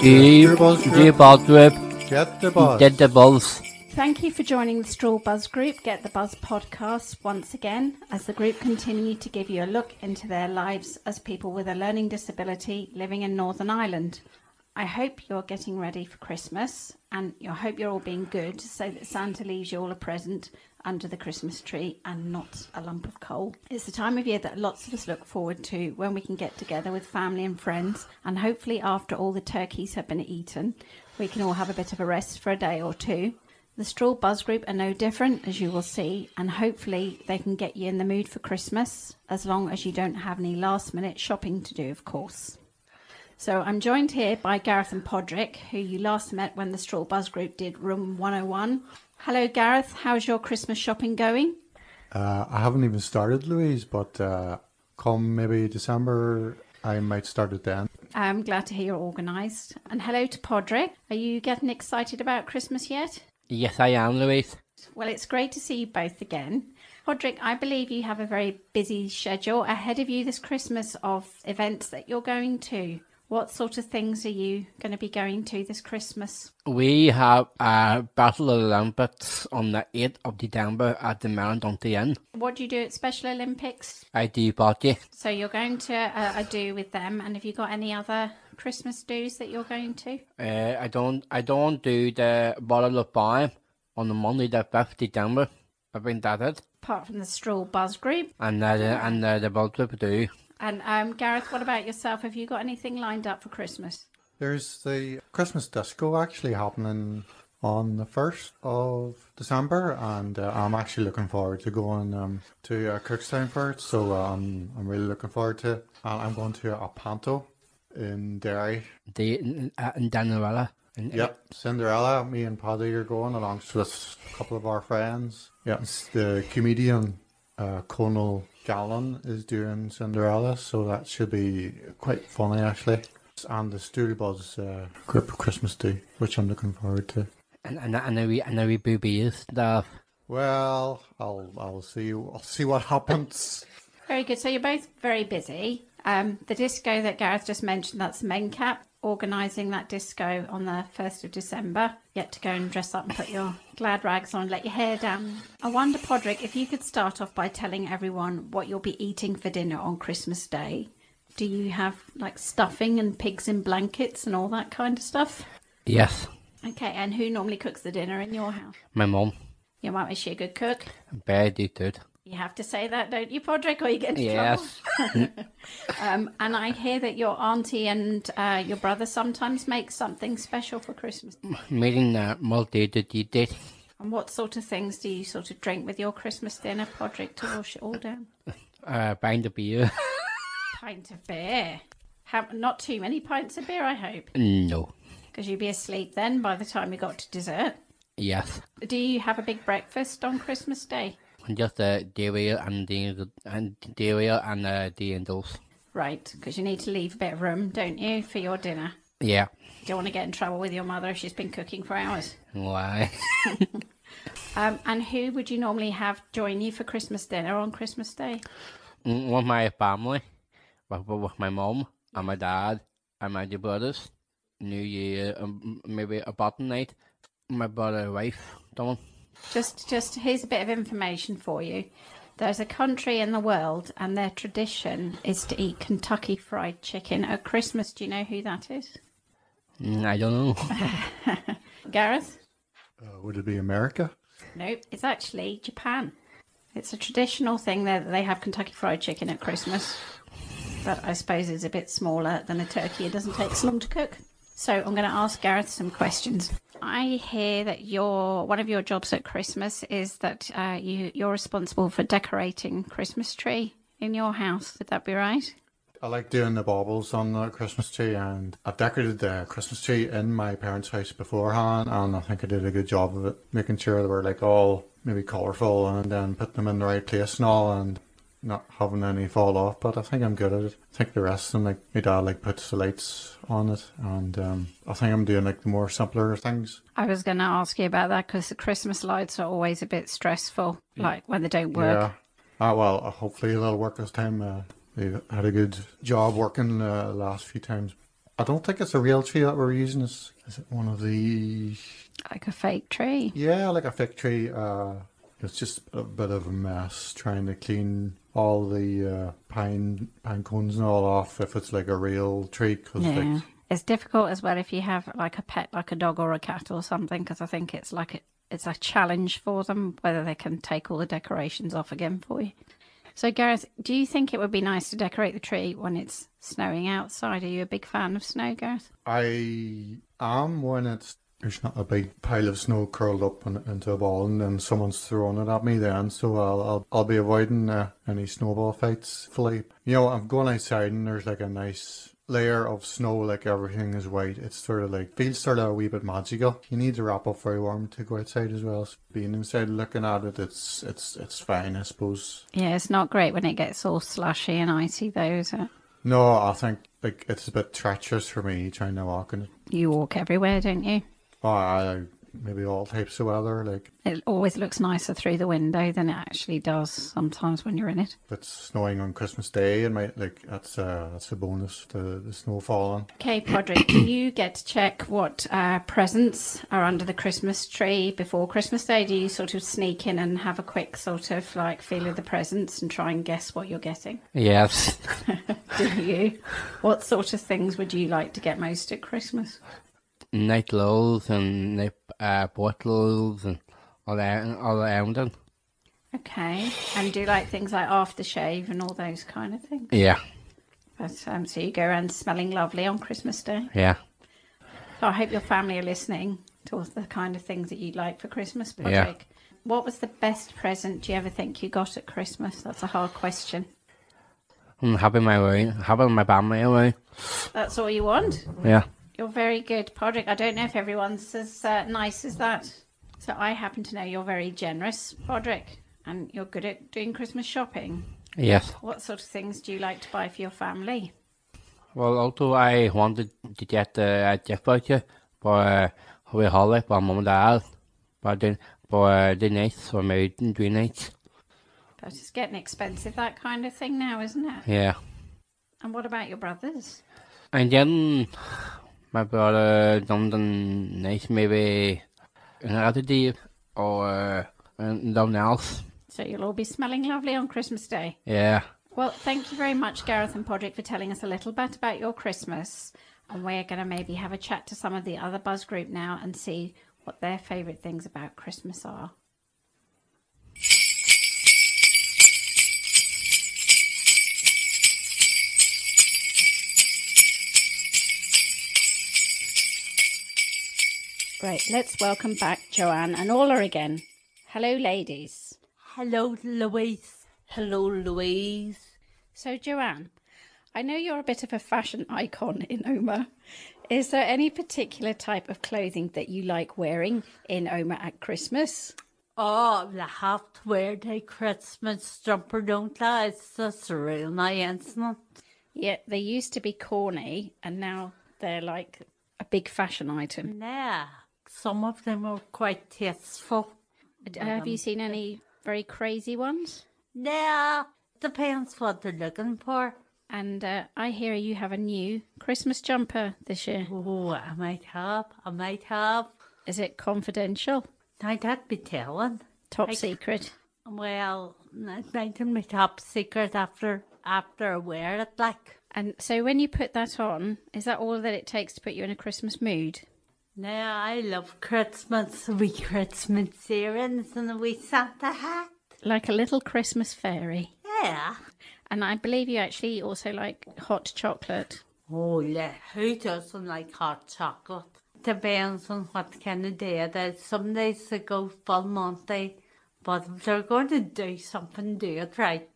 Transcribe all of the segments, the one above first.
Dear Boss Grip. dear Boss Grip, Get the bus. get the balls. Thank you for joining the Straw Buzz Group Get the Buzz podcast once again as the group continue to give you a look into their lives as people with a learning disability living in Northern Ireland. I hope you're getting ready for Christmas and I hope you're all being good so that Santa leaves you all a present under the Christmas tree and not a lump of coal. It's the time of year that lots of us look forward to when we can get together with family and friends and hopefully after all the turkeys have been eaten, we can all have a bit of a rest for a day or two. The Straw Buzz Group are no different, as you will see, and hopefully they can get you in the mood for Christmas, as long as you don't have any last minute shopping to do, of course. So I'm joined here by Gareth and Podrick, who you last met when the Straw Buzz Group did Room 101. Hello, Gareth. How's your Christmas shopping going? Uh, I haven't even started, Louise, but uh, come maybe December, I might start it then. I'm glad to hear you're organised. And hello to Podrick. Are you getting excited about Christmas yet? Yes, I am, Louise. Well, it's great to see you both again. Podrick, I believe you have a very busy schedule ahead of you this Christmas of events that you're going to. What sort of things are you going to be going to this Christmas? We have a Battle of the Lamberts on the 8th of December at the Mount on the Inn. What do you do at Special Olympics? I do party. So you're going to uh, a do with them, and have you got any other Christmas do's that you're going to? Uh, I don't I don't do the bottle of wine on the Monday the 5th December. I think that's it. Apart from the Straw Buzz Group. And, uh, the- and uh, the Boss Grip do. And um, Gareth, what about yourself? Have you got anything lined up for Christmas? There's the Christmas disco actually happening on the 1st of December, and uh, I'm actually looking forward to going um, to uh, Cookstown for it. So um, I'm really looking forward to it. And I'm going to a panto in Derry. The, uh, and Danarella. And, Yep, Cinderella, me and Paddy are going along with a couple of our friends. Yeah, it's the comedian uh, Conal Gallen is doing Cinderella, so that should be quite funny actually. And the Stool Buzz uh, group Christmas do, which I'm looking forward to. And, and, and, a wee, and a wee booby is stuff. Well, I'll I'll see I'll see what happens. Very good. So you're both very busy. Um, the disco that Gareth just mentioned, that's Mencap organising that disco on the 1st of December. Yet to go and dress up and put your glad rags on, let your hair down. I wonder, Podrick, if you could start off by telling everyone what you'll be eating for dinner on Christmas Day. Do you have like stuffing and pigs in blankets and all that kind of stuff? Yes, Okay, and who normally cooks the dinner in your house? my mum. Your mum, is she a good cook? Very good. You have to say that, don't you, Podrick, or you get in trouble? Yes. Um, and I hear that your auntie and uh, your brother sometimes make something special for Christmas. Meeting the multi did And what sort of things do you sort of drink with your Christmas dinner, Podrick, to wash it all down? uh bind the beer. Pint of beer. How, not too many pints of beer, I hope, no. because you'd be asleep then by the time you got to dessert. Yes. Do you have a big breakfast on Christmas Day? Just uh, dairy and the and dairy and uh, the indoles. Right, because you need to leave a bit of room, don't you, for your dinner? Yeah. Don't want to get in trouble with your mother if she's been cooking for hours. Why? Um, and who would you normally have join you for Christmas dinner on Christmas Day? with my family, with, with with my mum and my dad and my two brothers. New Year, um, maybe a bottom night. My brother, wife, someone. Just, just here's a bit of information for you. There's a country in the world, and their tradition is to eat Kentucky Fried Chicken at Christmas. Do you know who that is? Mm, I don't know. Gareth? Uh, would it be America? Nope. It's actually Japan. It's a traditional thing there that they have Kentucky Fried Chicken at Christmas, but I suppose it's a bit smaller than a turkey. It doesn't take so long to cook. So I'm going to ask Gareth some questions. I hear that your one of your jobs at Christmas is that uh, you you're responsible for decorating Christmas tree. in your house. Would that be right? I like doing the baubles on the Christmas tree, and I've decorated the Christmas tree in my parents' house beforehand, and I think I did a good job of it, making sure they were like all maybe colourful and then putting them in the right place and all, and not having any fall off. But I think I'm good at it. I think the rest of them, like my dad, like puts the lights on it, and um, I think I'm doing like the more simpler things. I was going to ask you about that because the Christmas lights are always a bit stressful, like when they don't work. Yeah. Uh, well, uh, hopefully they'll work this time. Uh, they had a good job working uh, the last few times. I don't think it's a real tree that we're using. It's, is it one of the... Like a fake tree. Yeah, like a fake tree. Uh, it's just a bit of a mess trying to clean all the uh, pine pine cones and all off if it's like a real tree. Cause Yeah. like, It's difficult as well if you have like a pet, like a dog or a cat or something, because I think it's like it, it's a challenge for them whether they can take all the decorations off again for you. So, Gareth, do you think it would be nice to decorate the tree when it's snowing outside? Are you a big fan of snow, Gareth? I am when it's there's not a big pile of snow curled up in, into a ball and then someone's throwing it at me then so I'll I'll, I'll be avoiding uh, any snowball fights fully. You know I'm going outside and there's like a nice layer of snow like everything is white it's sort of like feels sort of a wee bit magical you need to wrap up very warm to go outside as well so being inside looking at it it's it's it's fine i suppose Yeah, it's not great when it gets all slushy and icy, though. Is it? no i think like it's a bit treacherous for me trying to walk in it You walk everywhere, don't you? Oh, I, I- maybe all types of weather. Like It always looks nicer through the window than it actually does sometimes when you're in it. if it's snowing on Christmas Day, and might like that's uh that's a bonus. The the snow falling. Okay, Podrick, do you get to check what uh, presents are under the Christmas tree before Christmas Day? Do you sort of sneak in and have a quick sort of like feel of the presents and try and guess what you're getting? Yes. Do you? what sort of things would you like to get most at Christmas? Night lulls and night uh, bottles and all that and all around them. Okay, and do you like things like aftershave and all those kind of things? Yeah, But, um, so you go around smelling lovely on Christmas Day. yeah, So I hope your family are listening to all the kind of things that you like for Christmas, Patrick. Yeah. What was the best present do you ever think you got at Christmas? That's a hard question. I'm Hmm, happy my way, happy my family away. That's all you want? Yeah, You're very good, Podrick. I don't know if everyone's as uh, nice as that. So I happen to know you're very generous, Podrick, and you're good at doing Christmas shopping. yes. What sort of things do you like to buy for your family? Well, also I wanted to get uh, a gift voucher for uh, Holy Holly for mum and dad, but I didn't. For uh, the nights, for maybe three nights. But it's getting expensive, that kind of thing now, isn't it? Yeah. And what about your brothers? And then my brother done the nice maybe another day or uh, something else. So you'll all be smelling lovely on Christmas Day. Yeah. Well, thank you very much, Gareth and Podrick, for telling us a little bit about your Christmas. And we're going to maybe have a chat to some of the other Buzz group now and see what their favourite things about Christmas are. Right, let's welcome back Joanne and Orla again. Hello, ladies. Hello, Louise. Hello, Louise. So, Joanne, I know you're a bit of a fashion icon in Oma. Is there any particular type of clothing that you like wearing in Oma at Christmas? Oh, I have to wear the Christmas jumper, don't I? It's just real nice, isn't it? Yeah, they used to be corny and now they're like a big fashion item. Yeah. Some of them are quite tasteful. Uh, Have you seen any very crazy ones? Yeah. Depends what they're looking for. And uh, I hear you have a new Christmas jumper this year. Oh, I might have. I might have. Is it confidential? Now that'd be telling. Top I- secret? Well, that might be my top secret after after I wear it, like. And so when you put that on, is that all that it takes to put you in a Christmas mood? Now I love Christmas, wee Christmas earrings and a wee Santa hat. Like a little Christmas fairy. Yeah. And I believe you actually also like hot chocolate. Oh yeah, who doesn't like hot chocolate? Depends on what kind of day it is. Some days they go full Monty, but if they're going to do something, do it right.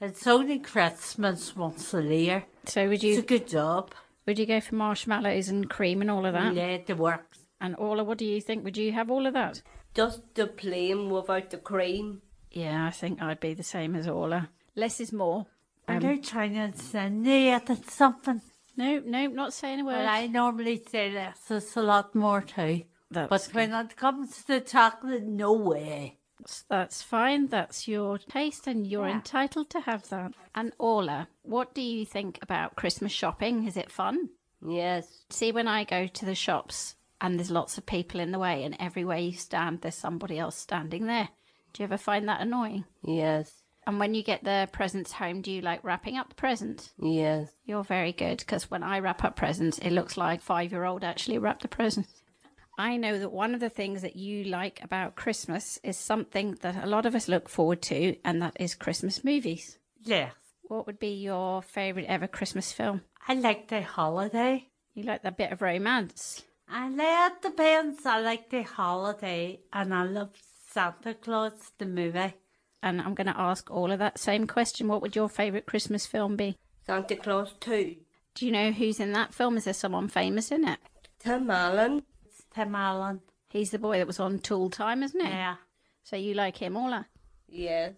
It's only Christmas once a year. So would It's a you good job. would you go for marshmallows and cream and all of that? Yeah, it works. And Orla, what do you think? Would you have all of that? Just the plain without the cream. Yeah, I think I'd be the same as Orla. Less is more. Um, Are they trying to insinuate it's something? No, no, not saying a word. Well, I normally say less is a lot more too. that's, But when it comes to chocolate, no way. that's fine. That's your taste, and you're Yeah. entitled to have that. And Orla, what do you think about Christmas shopping? Is it fun? Yes. See, when I go to the shops and there's lots of people in the way, and everywhere you stand, there's somebody else standing there. Do you ever find that annoying? Yes. And when you get the presents home, do you like wrapping up the presents? Yes. You're very good because when I wrap up presents, it looks like five year old actually wrapped the presents. I know that one of the things that you like about Christmas is something that a lot of us look forward to, and that is Christmas movies. Yes. What would be your favourite ever Christmas film? I like the holiday. You like that bit of romance. I like the bands. I like the holiday. And I love Santa Claus, the movie. And I'm going to ask all of that same question. What would your favourite Christmas film be? Santa Claus too. Do you know who's in that film? Is there someone famous in it? Tim Allen. It's Tim Allen. He's the boy that was on Tool Time, isn't he? Yeah. So you like him, Orla? Hmm. Yes.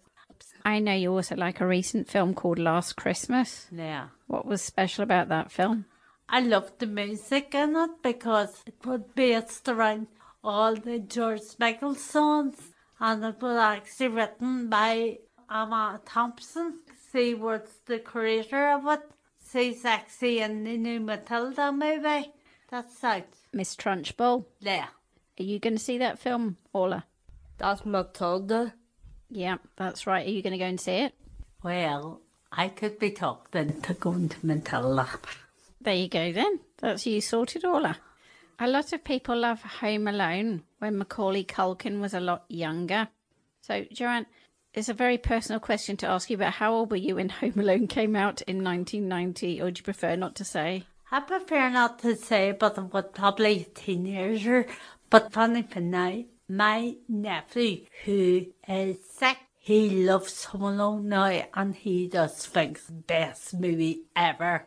I know you also like a recent film called Last Christmas. Yeah. What was special about that film? I love the music in it because it was based around all the George Michael songs and it was actually written by Emma Thompson. She was the creator of it. She's actually in the new Matilda movie. That's out Miss Trunchbull. there. Are you going to see that film, Orla? That's Matilda. Yeah, that's right. Are you going to go and see it? Well, I could be talked into going to Matilda. There you go then. That's you sorted, Orla. A lot of people love Home Alone when Macaulay Culkin was a lot younger. So, Joanne, it's a very personal question to ask you, but how old were you when Home Alone came out in 1990? Or do you prefer not to say? I prefer not to say, but I was probably a teenager. But funny for now, my nephew, who is sick, he loves Home Alone now, and he just thinks best movie ever.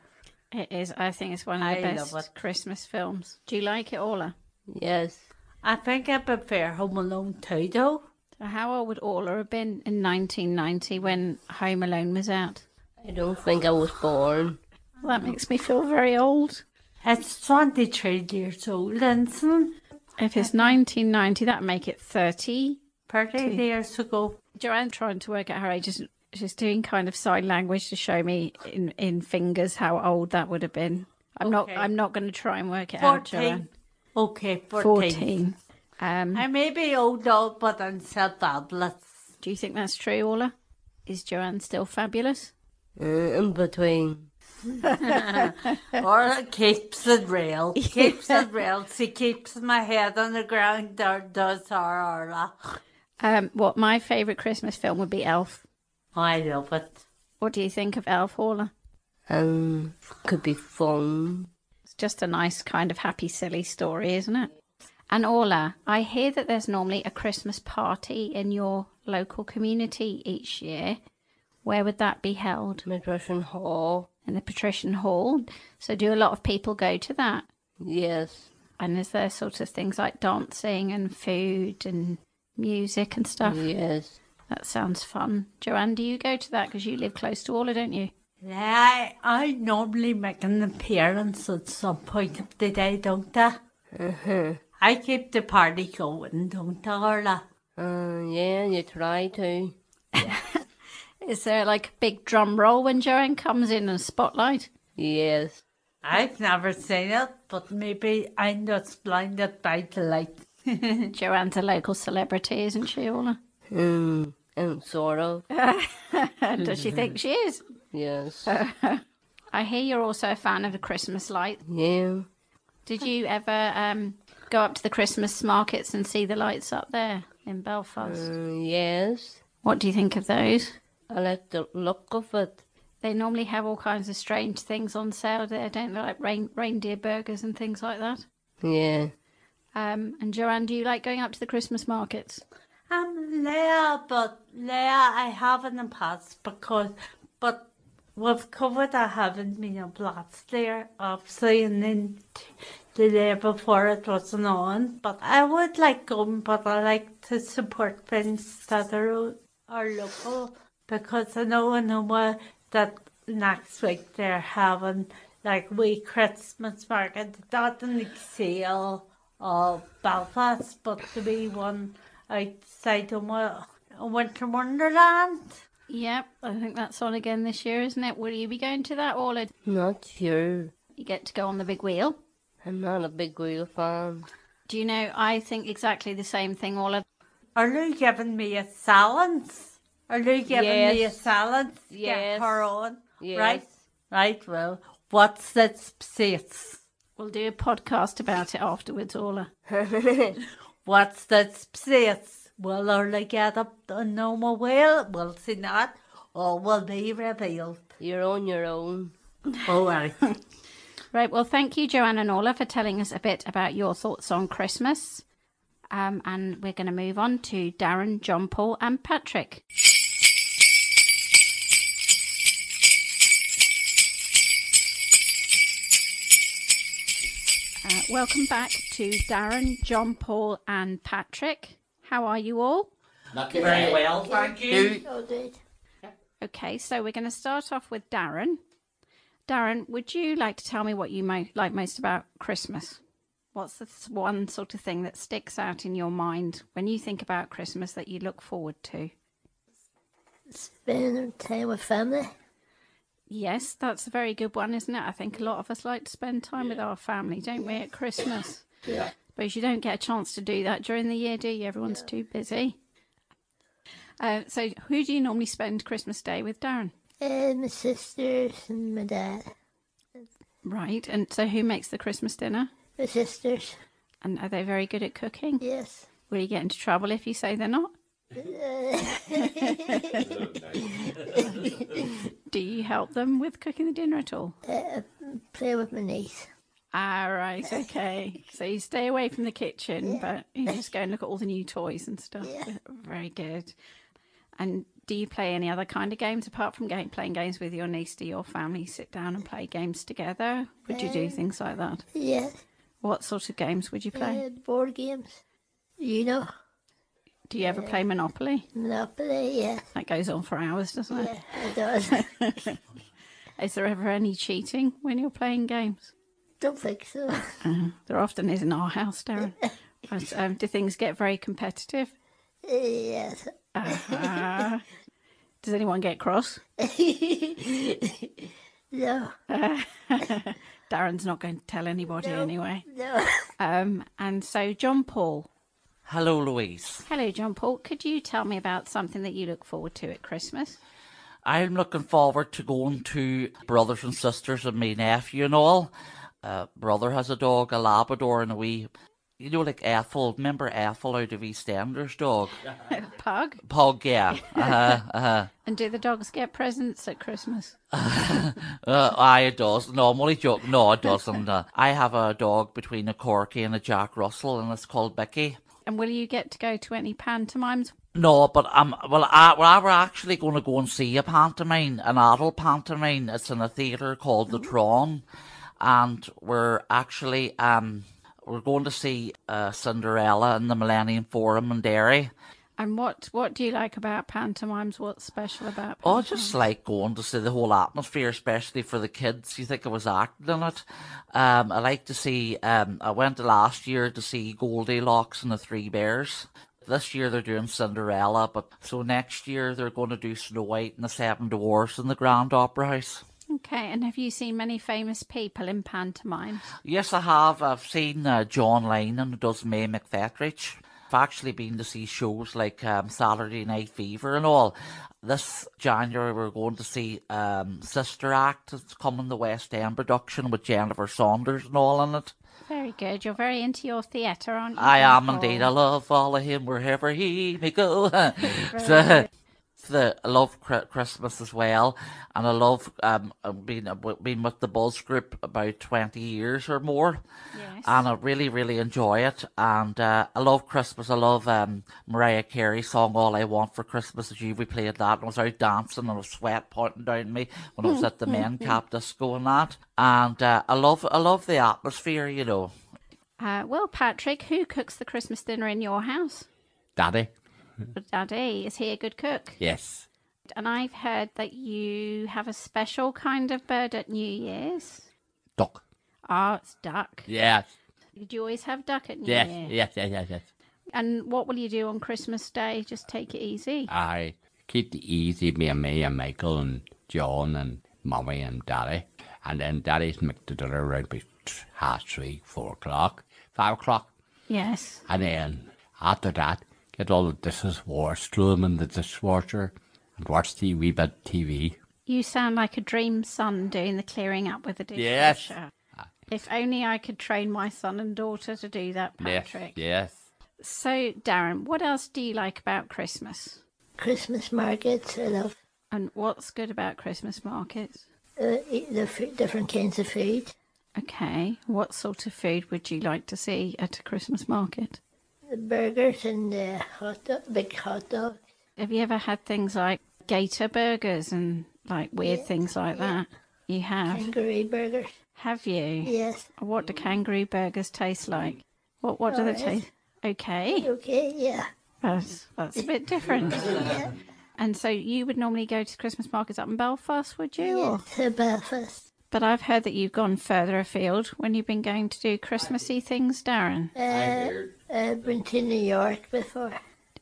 It is. I think it's one of the I love best it. Christmas films. Do you like it, Orla? Yes. I think I prefer Home Alone too, though. So how old would Orla have been in 1990 when Home Alone was out? I don't think I was born. Well, that makes me feel very old. It's 23 years old, Linson. If it's 1990, that make it 30. 30 years ago. Joanne trying to work out her age. She's- She's doing kind of sign language to show me in, in fingers how old that would have been. I'm not. Okay. I'm not going to try and work it out, 14. Joanne. Okay, 14. 14. Um, I may be old now, but I'm still fabulous. do you think that's true, Orla? Is Joanne still fabulous? Uh, in between. Or keeps it real. Keeps it real. She keeps my head on the ground or does her Orla. Um, what my favourite Christmas film would be Elf. I love it. What do you think of Elf, Orla? Um, could be fun. It's just a nice kind of happy, silly story, isn't it? And Orla, I hear that there's normally a Christmas party in your local community each year. Where would that be held? Madrasan Hall. In the Patrician Hall. So, do a lot of people go to that? Yes. And is there sort of things like dancing and food and music and stuff? Yes. That sounds fun. Joanne, do you go to that? Because you live close to Orla, don't you? I, I normally make an appearance at some point of the day, don't I? Mm-hmm. I keep the party going, don't I, Orla? Uh, yeah, you try to. Is there like a big drum roll when Joanne comes in and spotlight? Yes. I've never seen it, but maybe I'm just blinded by the light. Joanne's a local celebrity, isn't she, Orla? Um, um, sort of. Does she think she is? Yes. I hear you're also a fan of the Christmas light. Yeah. Did you ever um, go up to the Christmas markets and see the lights up there in Belfast? Uh, yes. What do you think of those? I like the look of it. They normally have all kinds of strange things on sale there, don't they? Like rain- reindeer burgers and things like that. Yeah. Um, and Joanne, do you like going up to the Christmas markets? Um, Leah, but Leah, I haven't in the past because But with COVID, I haven't been a blast there. Obviously, and then t- the day before it wasn't on. But I would like going, but I like to support things that are, are local because I know in Oma that next week they're having like wee Christmas market, not an exhale of Belfast, but the wee one outside Oma, Winter Wonderland. Yep, I think that's on again this year, isn't it? Will you be going to that, or Not sure. you get to go on the big wheel? I'm not a big wheel fan. Do you know? I think exactly the same thing, Orla. Are you giving me a salad? Are you giving me a Yes. salad? Get Yes. her on. Yes. Right? Right, well, what's that space? We'll do a podcast about it afterwards, Orla. What's that space? Will Orla get up the normal wheel? Will she not? Or will be revealed? You're on your own. All right. Right. Well, thank you, Joanne and Orla, for telling us a bit about your thoughts on Christmas. Um, and we're going to move on to Darren, John Paul, and Patrick. Uh, welcome back to Darren, John Paul, and Patrick. How are you all? Very well, thank you. Okay, so we're going to start off with Darren. Darren, would you like to tell me what you mo- like most about Christmas? What's the th- one sort of thing that sticks out in your mind when you think about Christmas that you look forward to? Spending time with family. Yes, that's a very good one, isn't it? I think a lot of us like to spend time with our family, don't we, at Christmas? Yeah. But you don't get a chance to do that during the year, do you? Everyone's too busy. Uh, so, who do you normally spend Christmas Day with, Darren? And my sisters and my dad. Right, and so who makes the Christmas dinner? My sisters, And are they very good at cooking? yes. Will you get into trouble if you say they're not? Do you help them with cooking the dinner at all? Uh, Play with my niece. Ah, right, okay. So you stay away from the kitchen, but you just go and look at all the new toys and stuff. Very good. And do you play any other kind of games apart from game, playing games with your niece? Do your family sit down and play games together? Would you do things like that? Yes. What sort of games would you play? Uh, board games. You know, Do you ever play Monopoly? Monopoly, yes. That goes on for hours, doesn't it? Yeah, it does. Is there ever any cheating when you're playing games? Don't think so. Uh, There often is in our house, Darren. But, um, do things get very competitive? yes. Does anyone get cross? No, Darren's not going to tell anybody anyway. no. Um, and so, John Paul. Hello, Louise. Hello, John Paul. Could you tell me about something that you look forward to at Christmas? I'm looking forward to going to brothers and sisters and my nephew and all. Uh, brother has a dog, a Labrador, and a wee, you know, like Ethel. Remember Ethel out of EastEnders dog? Pug. Pug, yeah. Uh, uh, And do the dogs get presents at Christmas? uh, aye, it does. No, I'm only joking. No, it doesn't. Uh, I have a dog between a Corky and a Jack Russell, and it's called Becky. And will you get to go to any pantomimes? No, but um, well, I, well, I were actually going to go and see a pantomime, an adult pantomime. It's in a theatre called the Tron, and we're actually um, we're going to see uh, Cinderella in the Millennium Forum in Derry. And what, what do you like about pantomimes? What's special about Oh, I pantomimes? just like going to see the whole atmosphere, especially for the kids. You think I was acting in it. Um, I like to see. Um, I went last year to see Goldilocks and the Three Bears. This year they're doing Cinderella, but so next year they're going to do Snow White and the Seven Dwarfs in the Grand Opera House. Okay, and have you seen many famous people in pantomimes? Yes, I have. I've seen uh, John Lennon who does May McFetrich. I've actually been to see shows like um, Saturday Night Fever and all. This January, we're going to see um, Sister Act. It's coming the West End production with Jennifer Saunders and all in it. Very good. You're very into your theatre, aren't you? I am Paul? indeed. I love all of him wherever he may go. so, the I love Chri- Christmas as well, and I love um I've been I've been with the Buzz group about twenty years or more, Yes. and I really really enjoy it. And uh, I love Christmas. I love um Mariah Carey's song "All I Want for Christmas Is You." We played that, and I was out dancing, and I was sweat pouring down me when I was at the men cap disco and that. And uh, I love I love the atmosphere, you know. Uh, well, Patrick, who cooks the Christmas dinner in your house? Daddy? But Daddy, is he a good cook? Yes. And I've heard that you have a special kind of bird at New Year's. Duck? Ah, it's duck. Yes. Did you always have duck at New Yes. Year? Yes. Yes. Yes. Yes. And what will you do on Christmas Day? Just take it easy. I keep it easy, me and me and Michael and John and Mummy and Daddy. And then Daddy's make the dinner around about half three, four o'clock, five o'clock. Yes. And then after that, get all the dishes washed, throw them in the dishwasher, and watch the wee bit TV. You sound like a dream son doing the clearing up with the Yes. dishwasher. If only I could train my son and daughter to do that, Patrick. Yes. Yes. So, Darren, what else do you like about Christmas? Christmas markets. I love And what's good about Christmas markets? uh, eat the f- different kinds of food. Okay. What sort of food would you like to see at a Christmas market? The burgers and the hot dog, big hot dog. Have you ever had things like gator burgers and like weird things like that? You have. Kangaroo burgers. Have you? Yes. What do kangaroo burgers taste like? What what do they Alright. taste? Okay. Okay, yeah. That's that's a bit different. And so you would normally go to Christmas markets up in Belfast, would you? Or- Yes, uh, Belfast. But I've heard that you've gone further afield when you've been going to do Christmassy things, Darren. Uh, I've been to New York before.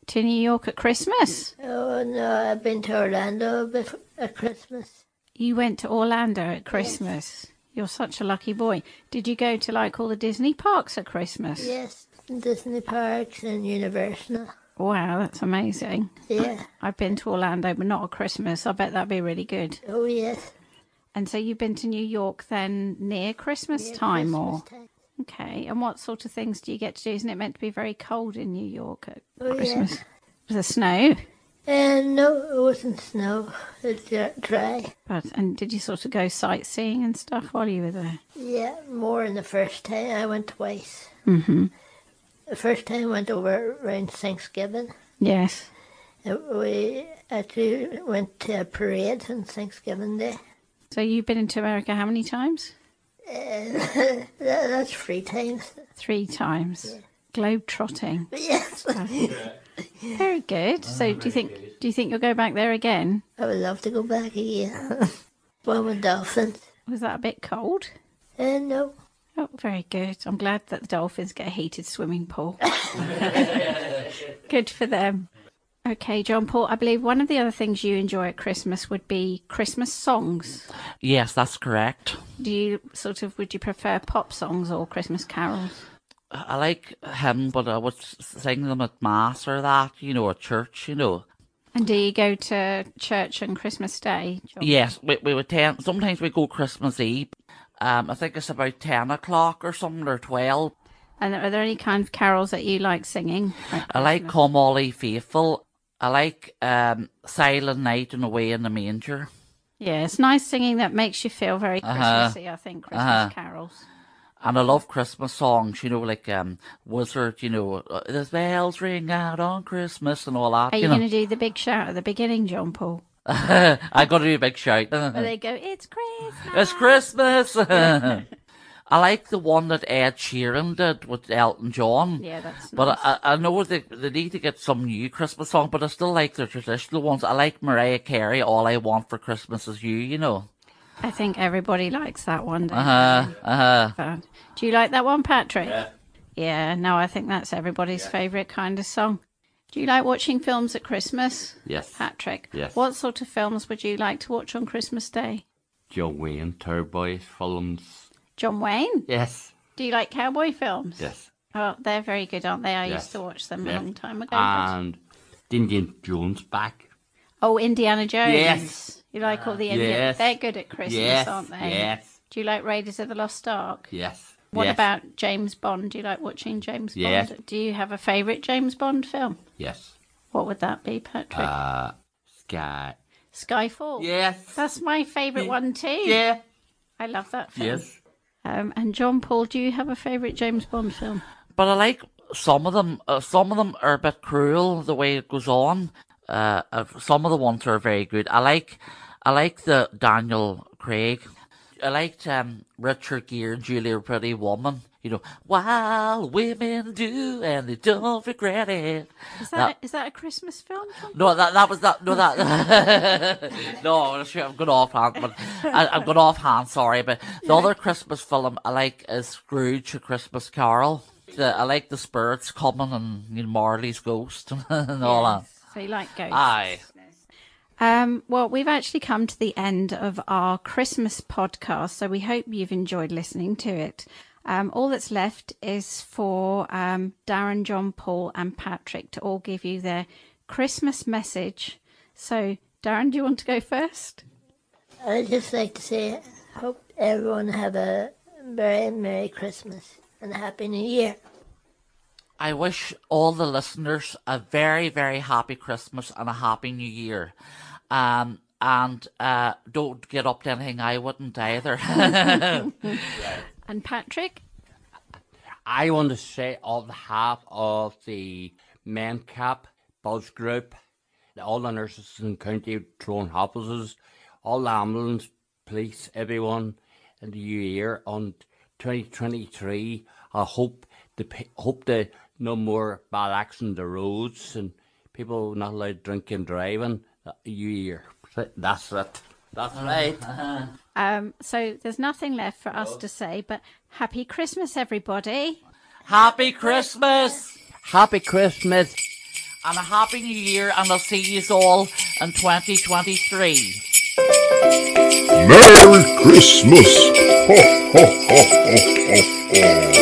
To New York at Christmas. Oh no, I've been to Orlando before at Christmas. You went to Orlando at Christmas. You're such a lucky boy. Did you go to like all the Disney parks at Christmas? Yes, Disney parks and Universal. Wow, that's amazing. Yeah. I've been to Orlando, but not at Christmas. I bet that'd be really good. Oh yes. And so you've been to New York then near Christmas Yeah, time Christmas or? time. Okay. And what sort of things do you get to do? Isn't it meant to be very cold in New York at Oh, yeah. Christmas? Was there snow? And no, it wasn't snow. It's dr- dry. But and did you sort of go sightseeing and stuff while you were there? Yeah, more than the first time. I went twice. Mm-hmm. The first time I went over around Thanksgiving. Yes. Uh, We actually went to a parade on Thanksgiving Day. So you've been into America how many times? And that, that's three times. Three times. Globe trotting. Yes, Ah, Very good. So do you think do you think you'll go back there again? I would love to go back again. One with dolphins. Was that a bit cold? And no, Oh, very good. I'm glad that the dolphins get a heated swimming pool. good for them. Okay, John Paul, I believe one of the other things you enjoy at Christmas would be Christmas songs. Yes, that's correct. Do you sort of would you prefer pop songs or Christmas carols? I like him, but I would s- sing them at mass or that, you know, at church, you know. And do you go to church on Christmas Day? John? Yes, we we would tend. Sometimes we go Christmas Eve. Um, I think it's about ten o'clock or something or twelve. And are there any kind of carols that you like singing? I like Come All Ye Faithful. I like um, Silent Night and Away in the Manger. Yeah, it's nice singing that makes you feel very Christmassy. I think Christmas Uh-huh. carols. And I love Christmas songs, you know, like um, Wizard, you know, uh, the bells ring out on Christmas and all that. Are you know, going to do the big shout at the beginning, John Paul? I got to do a big shout. Where they go, "It's Christmas." It's Christmas. I like the one that Ed Sheeran did with Elton John. Yeah, that's But I, I know they, they need to get some new Christmas song, but I still like the traditional ones. I like Mariah Carey, All I Want for Christmas Is You, you know. I think everybody likes that one. Don't Uh, uh, they? But- Do you like that one, Patrick? Yeah. Yeah. No, I think that's everybody's favourite kind of song. Do you like watching films at Christmas, Yes. Patrick? Yes. What sort of films would you like to watch on Christmas Day? John Wayne, Turboys, Fulham's. John Wayne. Yes. Do you like cowboy films? Yes. Oh, they're very good, aren't they? I Yes. Ah. used to watch them a Yes. long time ago. And Indian Jones back. oh, Indiana Jones. Yes. Ah, You like all the Indiana? Yes. They're good at Christmas, yes. aren't they? Yes. Do you like Raiders of the Lost Ark? Yes. What yes. about James Bond? Do you like watching James Yeah. Bond? Do you have a favourite James Bond film? Yes. What would that be, Patrick? Uh, Sky. Skyfall. Yes. Oh, That's my favourite one too. Yeah. I love that film. Yes. Um, and John Paul, do you have a favourite James Bond film? But I like some of them. Uh, some of them are a bit cruel the way it goes on. Uh, uh, some of the ones are very good. I like, I like the Daniel Craig. I liked um, Richard Gere and Julia Pretty Woman. You know, while women do and they don't regret it. Is that is that a Christmas film? John? No, that that was that. No, that. no, I'm sure I'm going off hand, but I, I'm going off hand. Sorry, but the other Christmas film I like is Scrooge: A Christmas Carol. The, I like the spirits coming and you know, Marley's ghost and, all that. So you like ghosts? Aye. Um, well, we've actually come to the end of our Christmas podcast, so we hope you've enjoyed listening to it. Um, all that's left is for um, Darren, John, Paul, and Patrick to all give you their Christmas message. So, Darren, do you want to go first? I'd just like to say, hope everyone have a very Merry Christmas and a Happy New Year. I wish all the listeners a very, very happy Christmas and a happy New Year. Um, and uh, don't get up to anything I wouldn't either. And Patrick? I want to say on behalf of the MenCap Buzz Group, all the nurses and county drone officers, all the ambulance, police, everyone in the new year on 2023. I hope the pe- hope the no more bad accidents on the roads and people not allowed drinking and driving. Uh, New year. That's it. That's right. Um, so, there's nothing left for us to say, but happy Christmas, everybody. happy Christmas! Happy Christmas. and a happy new year and I'll see you all in 2023. Merry Christmas! Ho, ho, ho, ho, ho, ho.